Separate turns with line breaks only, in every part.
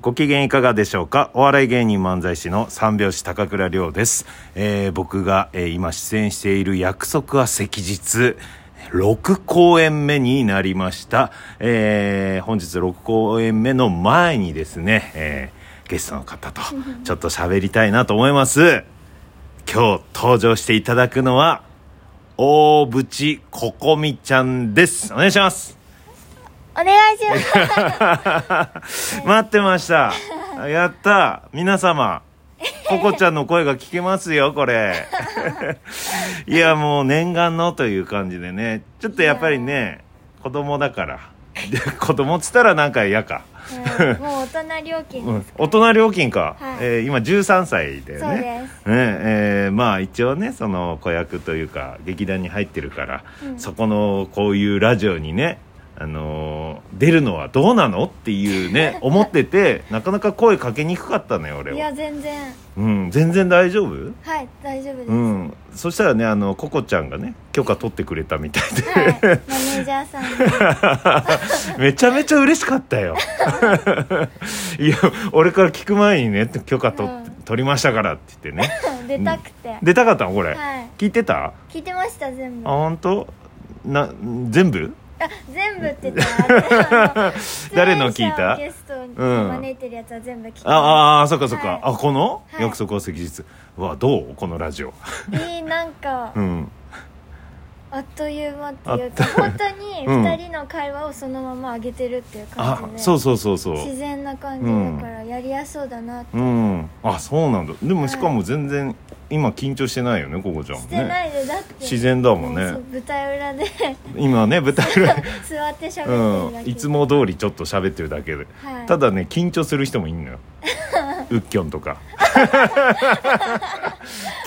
ご機嫌いかがでしょうかお笑い芸人漫才師の三拍子高倉涼です、えー僕が、えー今出演している約束は赤日6公演目になりました、えー本日6公演目の前にですね、えーゲストの方とちょっと喋りたいなと思います今日登場していただくのは大渕ここみちゃんですお願いします
お願いします。
待ってましたやった皆様ここちゃんの声が聞けますよこれいやもう念願のという感じでねちょっとやっぱりね子供だからで子供っつったらなんか嫌か、
うんもう大人料金
う
で
ん
す。、
大人料金か、
はい
えー今13歳だよね
そうです
ねえーまあ一応ねその子役というか劇団に入ってるから、そこのこういうラジオにねあのー出るのはどうなのっていう ね思っててなかなか声かけにくかったのよ俺
い
は
や、、全然。
うん、全然大丈夫
はい、大丈夫です。
う
は
ん、そしたらねあのココちゃんがね許可取ってくれたみたいで
い、マネージャーさ んに。
めちゃめちゃ嬉しかった よ いや俺から聞く前にね許可取,、
うん
取りましたからって言ってね
出たくて。
出たかったのこれ、
はい
聞いてたあ
聞いてました、全部。あ、
本当な全部
全部って言ったらあの
誰の聞いた
出演者をゲストに
うん
招いてるやつは全部聞きま
ああーそっかそっか、
はい
あこの、
はい
約束を赤日はどうこのラジオ
す。いい、なんか
う、ん
あっという間っていう
あ
か、
っと
本当に
うん
二人の会話をそのまま上げてるっていう
あ
感じで。
そうそうそうそう
自然な感じだから、やりやすそうだなって。
うんあそうなんだで
は
も
い
しかも全然、今緊張してないよねココちゃんも
してな
ね
いで、だって。
自然だもんね
そう舞台裏で
今ね舞台裏
座って喋ってるだ
う
け
ん、いつ、も通りちょっと喋ってるだけで、
はい、
ただね緊張する人もいんの ようっきょんとか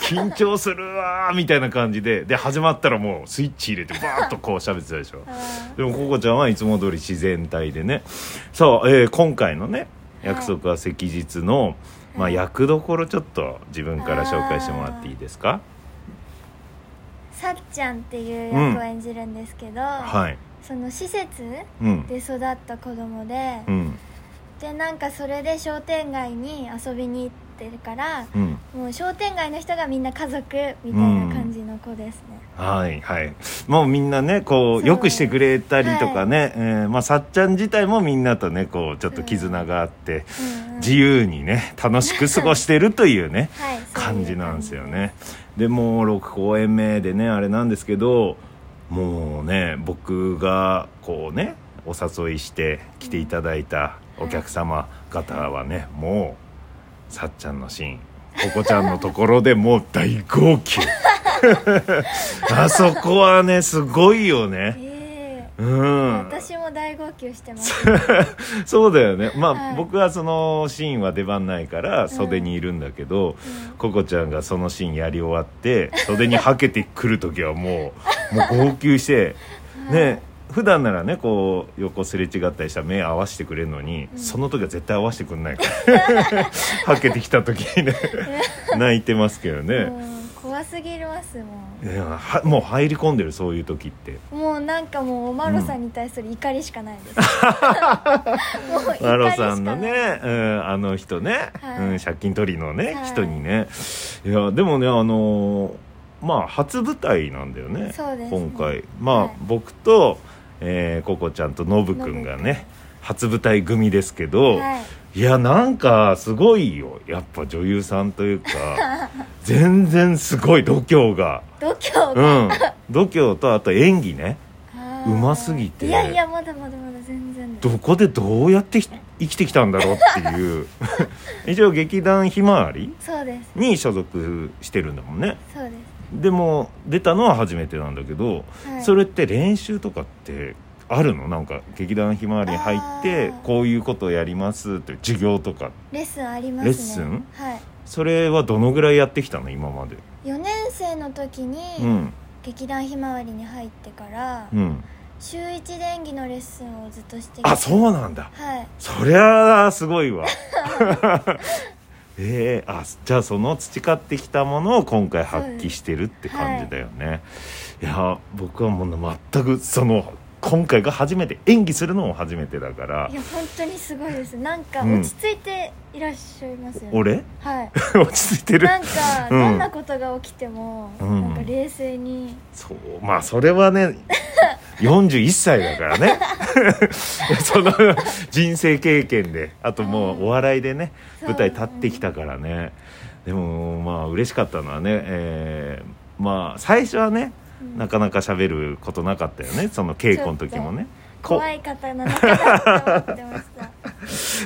緊張するわーみたいな感じでで始まったらもうスイッチ入れてバーッとこう喋ってたでしょ
あ
でもココちゃんはいつも通り自然体でねさあ、えー今回のね「
はい
約束は赤日の」まあ、
はい
役どころちょっと自分から紹介してもらっていいですか
ーさっちゃんっていう役を演じるんですけど、
はい
その施設
うん
で育った子供で、
うん
でなんかそれで商店街に遊びに行ってるから
うん
もう商店街の人がみんな家族みたいな感じの子ですね、
はいはいもうみんなねこ
そう
うよくしてくれたりとかね、えーまあ、さっちゃん自体もみんなとねこうちょっと絆があって、
うんうん
自由にね楽しく過ごしてるというね
はい、そうい
感
う
じなんですよねでもう6公演目でねあれなんですけどもうね僕がこうねお誘いして来ていただいたお客様方はねもうさっちゃんのシーンここちゃんのところでもう大号泣 あそこはねすごいよね
え
う
え
ん
私も大号泣してます、
そうだよねまあ、
はい
僕はそのシーンは出番ないから袖にいるんだけど、ココちゃんがそのシーンやり終わって袖にはけてくる時はもうもう号泣して、ね普段ならねこう横すれ違ったりしたら目合わせてくれるのに、
うん
その時は絶対合わせてくんないから はけてきた時 にね泣いてますけど
うん
ね、
もう怖すぎますもん
いやはもう入り込んでるそういう時って
もうなんかもうおまろさんに対する怒りしかないです、 もう怒りしか
マ
な
ロ
い
さんのね、うん、あの人ね、
はい
うん、借金取りのね、
はい
人にねいやでもねあのーまあ初舞台なんだよね
そうですね
今回まあ、
はい
僕と、えー、ココちゃんとノブくんがね初舞台組ですけど、
はい
い、やなんかすごいよやっぱ女優さんという か全然すごい度胸が、
度胸
う
が、
ん、度胸とあと演技ね
あ
う
ー
ますぎて
いやいやまだまだまだ全然です
どこでどうやってひ生きてきたんだろうっていう 一応劇団ひまわり
そうです
に所属してるんだもんね
そうで
でも出たのは初めてなんだけど、
す、はい、
それって練習とかってあるのなんか劇団ひまわりに入って
あー
こういうことをやりますっていう授業とか
レッスンありますね
レッスン
はい
それはどのぐらいやってきたの今まで
4年生の時に、
うん
劇団ひまわりに入ってから、
うん
週一で演技のレッスンをずっとしてきて
あそうなんだ
はい
そりゃあすごいわ ええあじゃあその培ってきたものを今回発揮してるって感じだよね、い、や僕はもう全くその今回が初めて演技するのも初めてだから
いや本当にすごいですなんか
うん
落ち着いていらっしゃいますよね、
俺
はい
落ち着いてる
なんか
うん
どんなことが起きても、
うん
なんか冷静に
そうまあそれは ね41歳だからね その人生経験であともうお笑いでね
そう
舞台立ってきたからねでもまあ嬉しかったのはね、えーまあ最初はね
うん
なかなか喋ることなかったよねその稽古の時もねこ
怖い方なのかなって思ってま し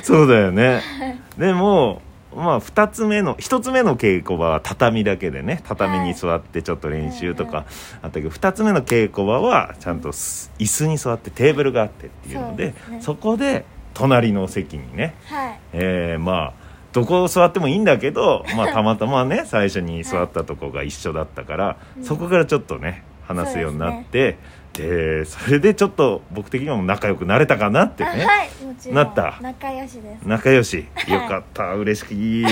た
そうだよねでもまあ2つ目の1つ目の稽古場は畳だけでね畳に座ってちょっと練習と
は
かあったけど2つ目の稽古場はちゃんとす椅子に座ってテーブルがあってっていうので
そうですね
そこで隣の席にね
はい
えーまあどこ座ってもいいんだけど、 まあ、たまたまね最初に座ったとこが一緒だったから、
うん
そこからちょっとね話すようになってそでそれでちょっと僕的にも仲良くなれたかなって
あ
ね、
はいもちろん
なった
仲良しです
仲良しよかった嬉しい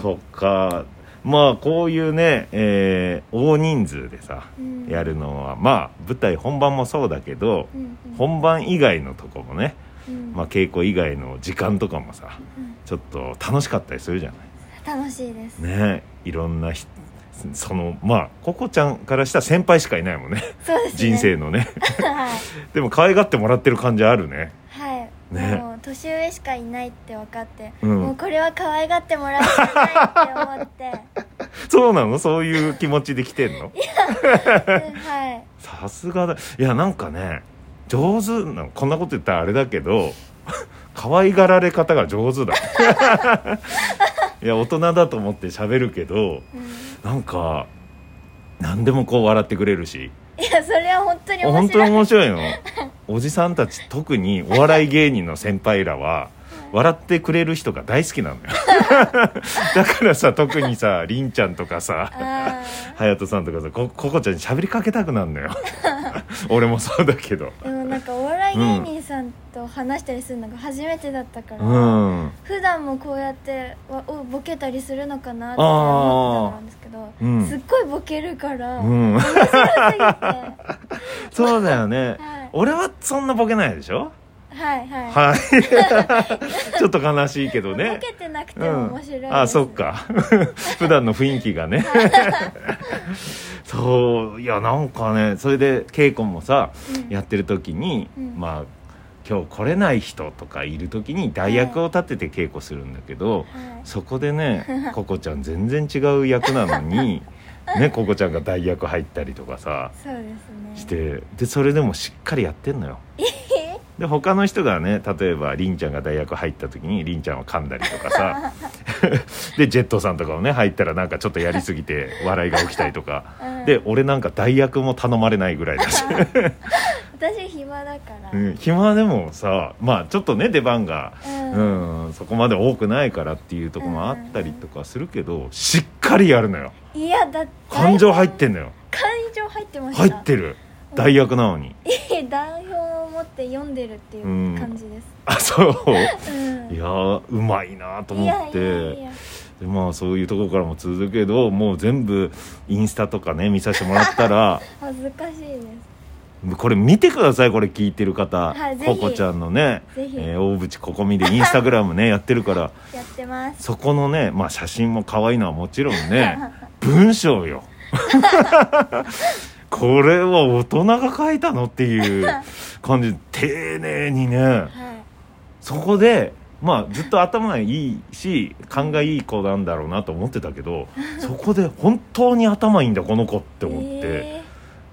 そっかまあこういうね、えー大人数でさ、
うん
やるのはまあ舞台本番もそうだけど、
うんうん
本番以外のとこもね、
うん
まあ、稽古以外の時間とかもさ
うん
ちょっと楽しかったりするじゃない
楽しいです
ねいろんなひそのまあココちゃんからしたら先輩しかいないもんね
そうですね
人生のね
はい
でも可愛がってもらってる感じあるね
はい、
ね
もう年上しかいないって分かって、
うん
もうこれは可愛がってもらうしかないって 思って
そうなのそういう気持ちで来てんの
うんはい
さすがだいやなんかね上手なのこんなこと言ったらあれだけど 可愛がられ方が上手だ いや大人だと思って喋るけど
うん
なんか何でもこう笑ってくれるし
いやそれは本当に面
本当
白
に
い
面白いのおじさんたち特にお笑い芸人の先輩らは笑ってくれる人が大好きなのよ だからさ特にさりんちゃんとかさ
あ
隼人さんとかさこここちゃんに喋りかけたくなるのよ 俺もそうだけど
ーでもなんかお笑い芸人さんと話したりするのが初めてだったから、
うん
普段もこうやってわおボケたりするのかなって思ってたんですけど、
ーうん
すっごいボケるから、
う
面
ん
白すぎて
そうだよね
はい
俺はそんなボケないでしょ
はいはい、
はいちょっと悲しい けどね
ボケてなくても面白いです、
あそっか 普段の雰囲気がね そういやなんかねそれで稽古もさ、
うん
やってる時に、
うん
まあ今日来れない人とかいる時に代役を立てて稽古するんだけど、
はい
そこで ねココちゃん全然違う役なのにねココちゃんが代役入ったりとかさ
そうですね
してでそれでもしっかりやってんのよ。で他の人がね例えばりんちゃんが大学入った時にりんちゃんは噛んだりとか さでジェットさんとかもね入ったらなんかちょっとやりすぎて笑いが起きたりとか
うん
で俺なんか代役も頼まれないぐらい だし、
私暇だから、
うん、暇でもさまあちょっとね出番が、
う
うんんそこまで多くないからっていうとこもあったりとかするけどしっかりやるのよ
いやだって
感情入って
ん
んのよ
感情入ってました
入ってる代役なのに
て代表を持って読んでるっていう感じです、
あそう
うん
いやーうまいなと思って。
いやいやいや
でまあそういうところからも続くけどもう全部インスタとかね見させてもらったら
恥ずかしいです
これ見てくださいこれ聞いてる方、
はいぜひ
ココちゃんのね、
ぜひ
えー大渕ここみでインスタグラムねやってるから
やってます
そこのね、まあ、写真も可愛いのはもちろんね文章よ これは大人が書いたのっていう感じで丁寧にね
はい
そこでまあずっと頭いいし勘がいい子なんだろうなと思ってたけどそこで本当に頭いいんだこの子って思って、
え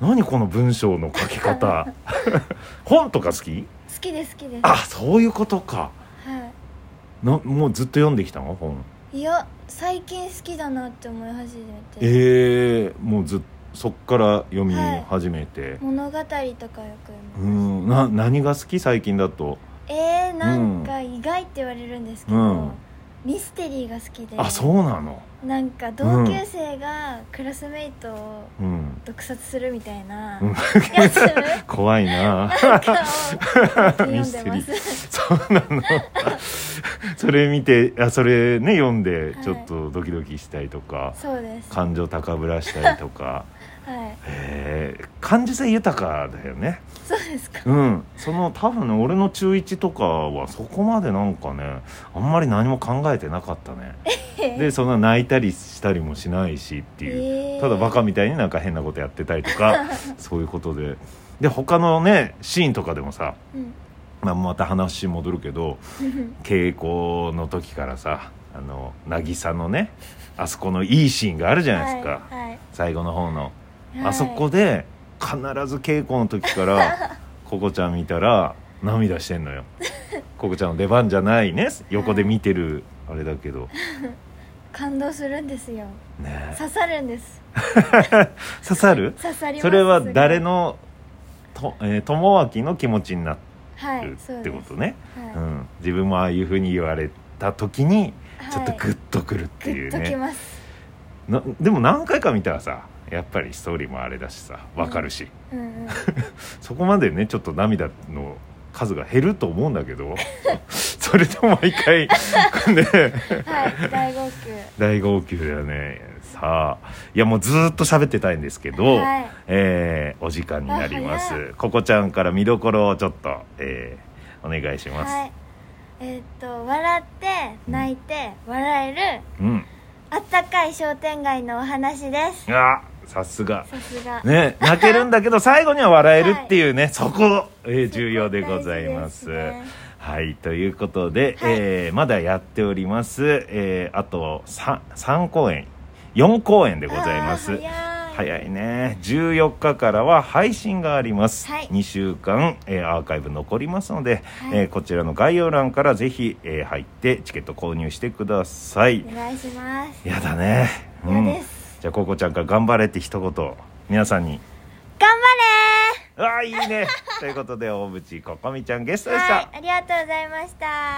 何この文章の書き方 本とか好き
ー好きです好きですは
あそういうことかなもうずっと読んできたの本
いいや最近好きだなって思い始めて
ええもうずっそっから読み始めて、
物語とかよく読
う
む
んな何が好き最近だと
えー、なんか意外って言われるんですけど、
うん
ミステリーが好きで
あそうなの
なんか同級生がクラスメイトを
うん
毒殺するみたいな
うん
やつ
怖い な
なんかを読んでま
ミステリ
す
そうなの それ見てあそれね読んで
はい
ちょっとドキドキしたりとか、
そうですは
感情高ぶらしたりとか
いはい
えー感受性豊かだよね
そうですか
うんその多分ね俺の中1とかはそこまでなんかねあんまり何も考えてなかったねでそんな泣いたりしたりもしないしっていう、
へー
ただバカみたいになんか変なことやってたりと かそういうことでで他のねシーンとかでもさ、
うん
まあ、また話戻るけど稽古の時からさあの渚のねあそこのいいシーンがあるじゃないですか、
はい
最後の方の。
はい
あそこで必ず稽古の時から ココちゃん見たら涙してんのよココちゃんの出番じゃないね横で見てるあれだけど
感動するんですよ
ね
刺さるんです
刺さる
刺さります
それは
すごい
誰のと、えー友明の気持ちになっ
は
て
い
る
そう
っ
で
て
す
ことね、
はい
うん、自分もああいうふうに言われた時にちょっと
はい
グッとくるっていう
グッとき
ね、
ます
なでも何回か見たらさやっぱりストーリーもあれだしさわかるし、
うんうん
そこまでねちょっと涙の数が減ると思うんだけど それでも毎回ね
はい大号泣
大号泣だよねさあいやもうずーっと喋ってたいんですけど、
はい
えーお時間になりま
あ早
すここちゃんから見どころをちょっと、えーお願いします、
はいえーっと笑って泣いて笑える
うん
あったかい商店街のお話です
あさすが
さすが
ね泣けるんだ けど最後には笑えるっていうね、そこ、えー重要でございま
そ
す
こ大事ですね
はいということで、
はい
えーまだやっております、えーあと 3, 3公演4公演でございます
あー早い
早いね14日からは配信があります、
はい
2週間、えーアーカイブ残りますので、
はい
えーこちらの概要欄からぜひ、えー入ってチケット購入してください
お願いします
やだね、
嫌です
じゃあココちゃんから頑張れって一言皆さんに
頑張
ああいいねということで大渕ここみちゃんゲスト
れ
でした、
はいありがとうございました